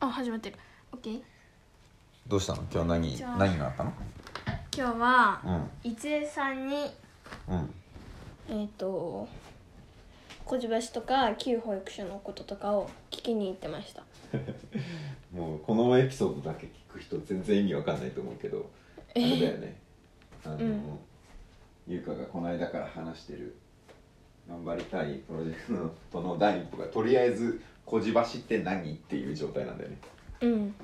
あ始まってる OK どうしたの今日こんに何ちは何があったの今日はうん一恵さんにうんえっ、と小児橋とか旧保育所のこととかを聞きに行ってましたもうこのエピソードだけ聞く人全然意味わかんないと思うけどあれだよねあの、うんゆうかがこの間から話してる頑張りたいプロジェクトの第一歩がとりあえず「こじばしって何?」っていう状態なんだよねうんうん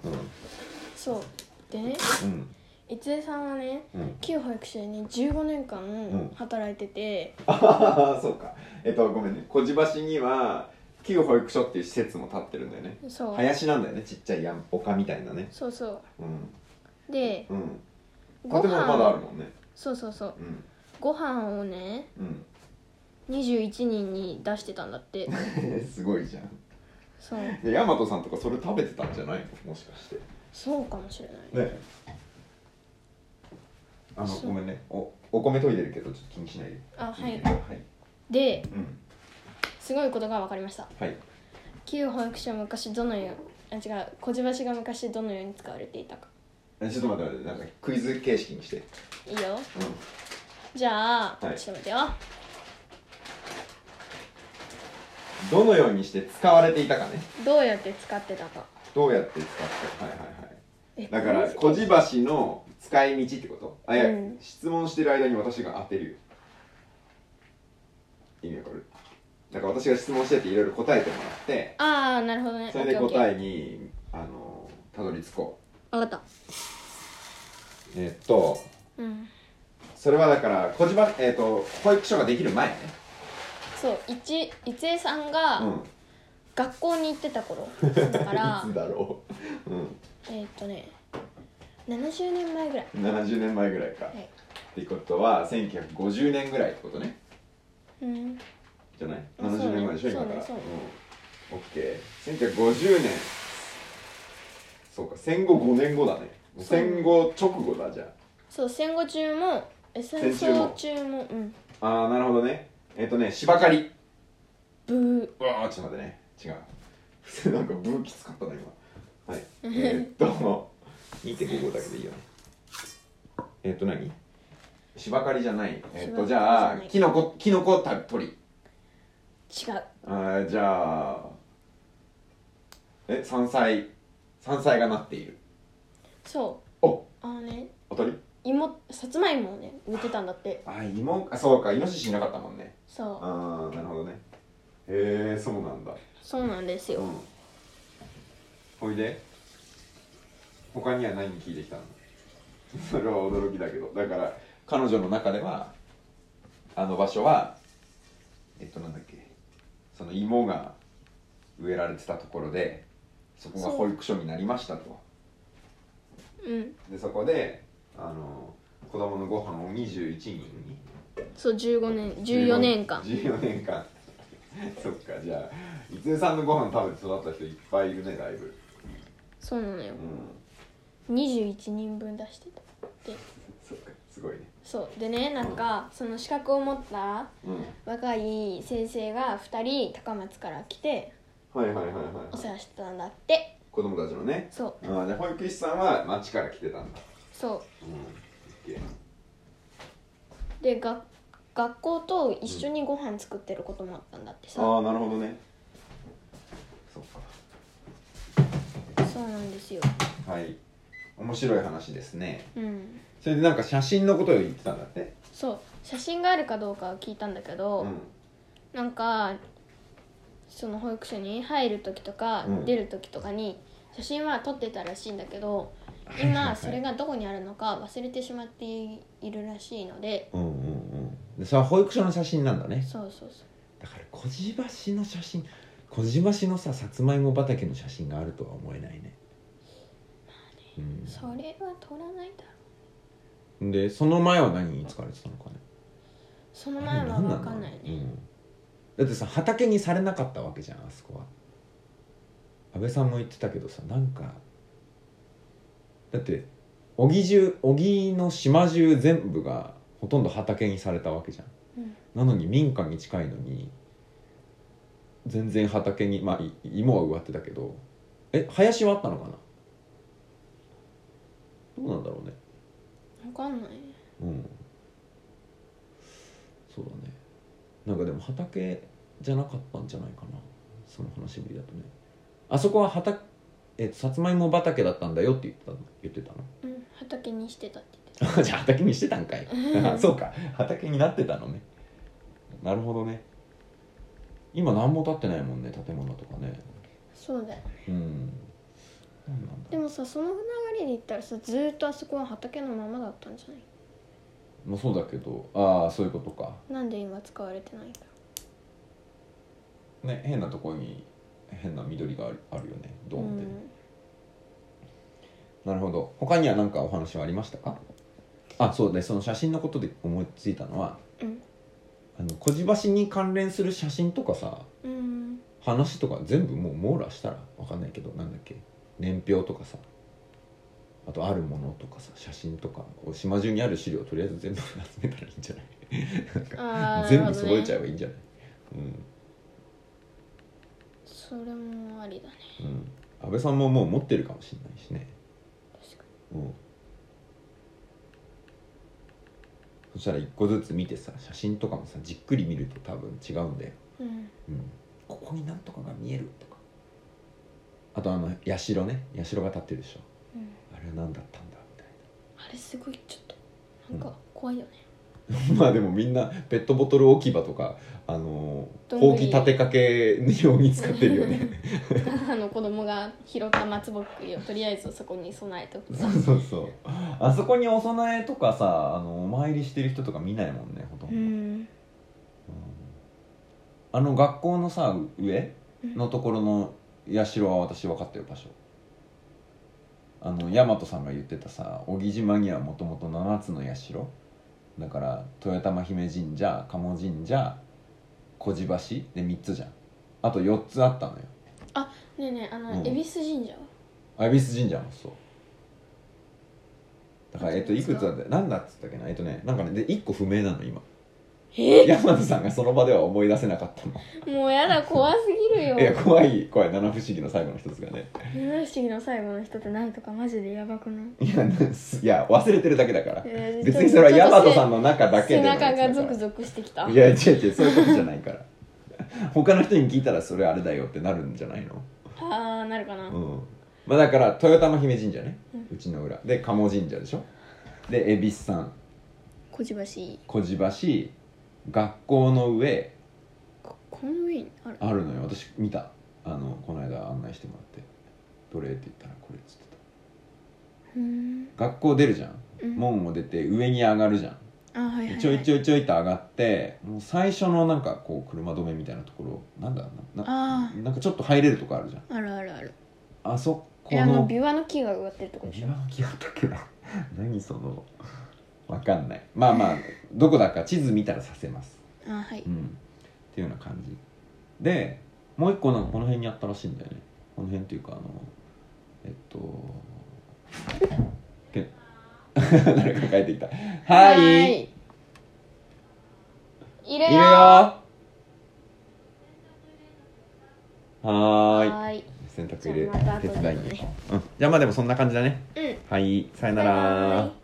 そうでねうん一恵さんはねうん 旧保育所でね15年間ん働いてて、ああそうかえっとごめんねこじばしには旧保育所っていう施設も建ってるんだよねそう林なんだよねちっちゃいやん丘みたいなねそうそうんうでうんご建物まだある飯もんねそうそうそううんご飯をねうん21人に出してたんだって すごいじゃんそうで大和さんとかそれ食べてたんじゃないのもしかしてそうかもしれないねあのそうごめんねおお米研いでるけどちょっと気にしないであは聞いてはいでうんすごいことが分かりましたはい旧保育所は昔どのようあ違う小じばしが昔どのように使われていたかえちょっと待って待ってなんかクイズ形式にしてうんいいよじゃあ、はいちょっと待ってよどのようにして使われていたかねどうやって使ってたかどうやって使ってはいはいはいえだからこ小じばしの使い道ってことあいや、うん質問してる間に私が当てるよ意味わかるだから私が質問してていろいろ答えてもらってのああなるほどねそれでオッケーオッケ答えにあのたどり着こーわかっうえっとたうんそれはだから小じばえっと保育所ができる前ねそう一一恵さんがうん学校に行ってた頃だから いつだろううんえーっとね70年前ぐらい70年前ぐらいか、いってことは1950年ぐらいってことねうんじゃないあそうね ?70 年前でしょ、今から。そうねうん。オッケー。1950年。そうか、戦後5年後だね。そう戦後直後だ、じゃそう戦後中もえ戦争中もうんあ。ああー、なるほどね。えっ、とね、芝刈り。ブーうわー、ちょっと待ってね。違う。 普通なんかブーきつかったな、今。 はい。えーっと、2.55だけでいいよね。えーっと何、芝刈りじゃない。えーっと、じゃあ、キノコ、キノコた取り。違うあーじゃあえ山菜山菜がなっているそおうあのねおとり芋さつまいもをね植えてたんだってあ芋あそうかイノシシいなかったもんねそうああなるほどねへえそうなんだそうなんですうよんほいで他には何聞いてきたの それは驚きだけどだから彼女の中ではあの場所はえっとなんだっけその芋が植えられてたところでそこが保育所になりましたとうんでそこであの子供のご飯を21人にそう15年14年間14年間 そっかじゃあ伊江さんのご飯食べて育った人いっぱいいるねだいぶそうなのようん21人分出してたでそっかすごいねそうでねなんかその資格を持ったうん若い先生が2人高松から来てはいはいはいはいお世話してたんだって子供たちのねそうあーで保育士さんは町から来てたんだそうんオッケーうでが学校と一緒にご飯作ってることもあったんだってさああなるほどねそっそうなんですよかはい面白い話ですねうんそれでなんか写真のことを言ってたんだってそう写真があるかどうかは聞いたんだけど、うんなんかその保育所に入る時とかうん出る時とかに写真は撮ってたらしいんだけど今それがどこにあるのか忘れてしまっているらしいのでうんうんうんでそれは保育所の写真なんだねそうそうそだから小じばしの写真小じばしのささつまいも畑の写真があるとは思えないね、うそれは撮らないだろううん、でその前は何に使われてたのかねその前はあれ何な分のかんないねうん、だってさ畑にされなかったわけじゃんあそこは安倍さんも言ってたけどさなんかだって小木中小木の島中全部がほとんど畑にされたわけじゃんうんなのに民家に近いのに全然畑にまあい芋は植わってたけどえ林はあったのかなどうなんだろうね分かんないうんそうだねなんかでも畑じゃなかったんじゃないかなその話ぶりだとねあそこは畑えっとさつまいも畑だったんだよって言ってたの言ってたのうん畑にしてたって言ってた あじゃあ畑にしてた んかいあそうか畑になってたのねなるほどね今何も建ってないもんね建物とかねそうだようん何なんだでもさその流れで言ったらさずーっとあそこは畑のままだったんじゃないまあそうだけどああそういうことかなんで今使われてないんだろね変なとこに変な緑があるあるよねドーうンって、んなるほど他には何かお話はありましたかあそうでその写真のことで思いついたのはうんあの小地橋に関連する写真とかさうん話とか全部もう網羅したらわかんないけどなんだっけ年表とかさあとあるものとかさ写真とかこう島中にある資料とりあえず全部集めたらいいんじゃないああ全部揃えちゃえうばいいんじゃない、それもありだねうんうん安倍さんももう持ってるかもしれないしね確かうんそしたら一個ずつ見てさ写真とかもさじっくり見ると多分違うんだよ、にうんうん、ここになんとかが見えるとかあとあの社ね社が立ってるでしょうんあれは何だったんだみたいなあれすごいちょっとなんか怖い よね、まあでもみんな ペットボトル置き場とかあのーどんぐりほうき立てかけ用に使ってるよね母の子供が拾った松ぼっくりをとりあえずそこに備えておくそうそうそうあそこにお供えとかさあのお参りしてる人とか見ないもんねほとんど、んあの学校のさ上うんのところの社は私分かってる場所あの大和さんが言ってたさ荻島にはもともと7つの社だから豊玉姫神社鴨神社小路橋で3つじゃんあと4つあったのよねえねえあの、うん恵比寿神社は恵比寿神社もそうだからあとえっといいくくつつだって何だっつったっけなえっとねなんかねで1個不明なの今え大和さんがその場では思い出せなかったのもうやだ怖すぎるよいや怖い怖い七不思議の最後の一つがね七不思議の最後の人ってないとかマジでやばくないいやねすいや忘れてるだけだからえー別にそれは大和さんのの中だ背けでのやつだ中からがゾクゾクしてきたいや違う違うそういうことじゃないから他の人に聞いたらそれあれだよってなるんじゃないのああなるかな、うんまあだから豊玉姫神社ね、うんうちの裏で鴨神社でしょで恵比寿さん小じばし小路橋学校の上ここの上にあるあるのよ私見たあのこの間案内してもらってどれって言ったらこれっつってうーんた学校出るじゃんうん門を出て上に上がるじゃんあーはいはい、はい、ちょいちょいょいちょいと上がってもう最初のなんかこう車止めみたいなところなんだなあななんかちょっと入れるとこあるじゃんああるあるあるあそこえあのの琵琶の木が植わってるとこでしビょワの木だったっけな 何そのわかんないまあまあどこだか地図見たらさせますあーはいうんっていうような感じでもう一個なんかこの辺にあったらしいんだよねこの辺っていうかあのえっと け 誰か帰ってきた「はーい」いるよいるよはーいはーい洗濯入れじゃあまた後手で伝いに、うん、じゃあまあでもそんな感じだねうんはいさよなバイバらイ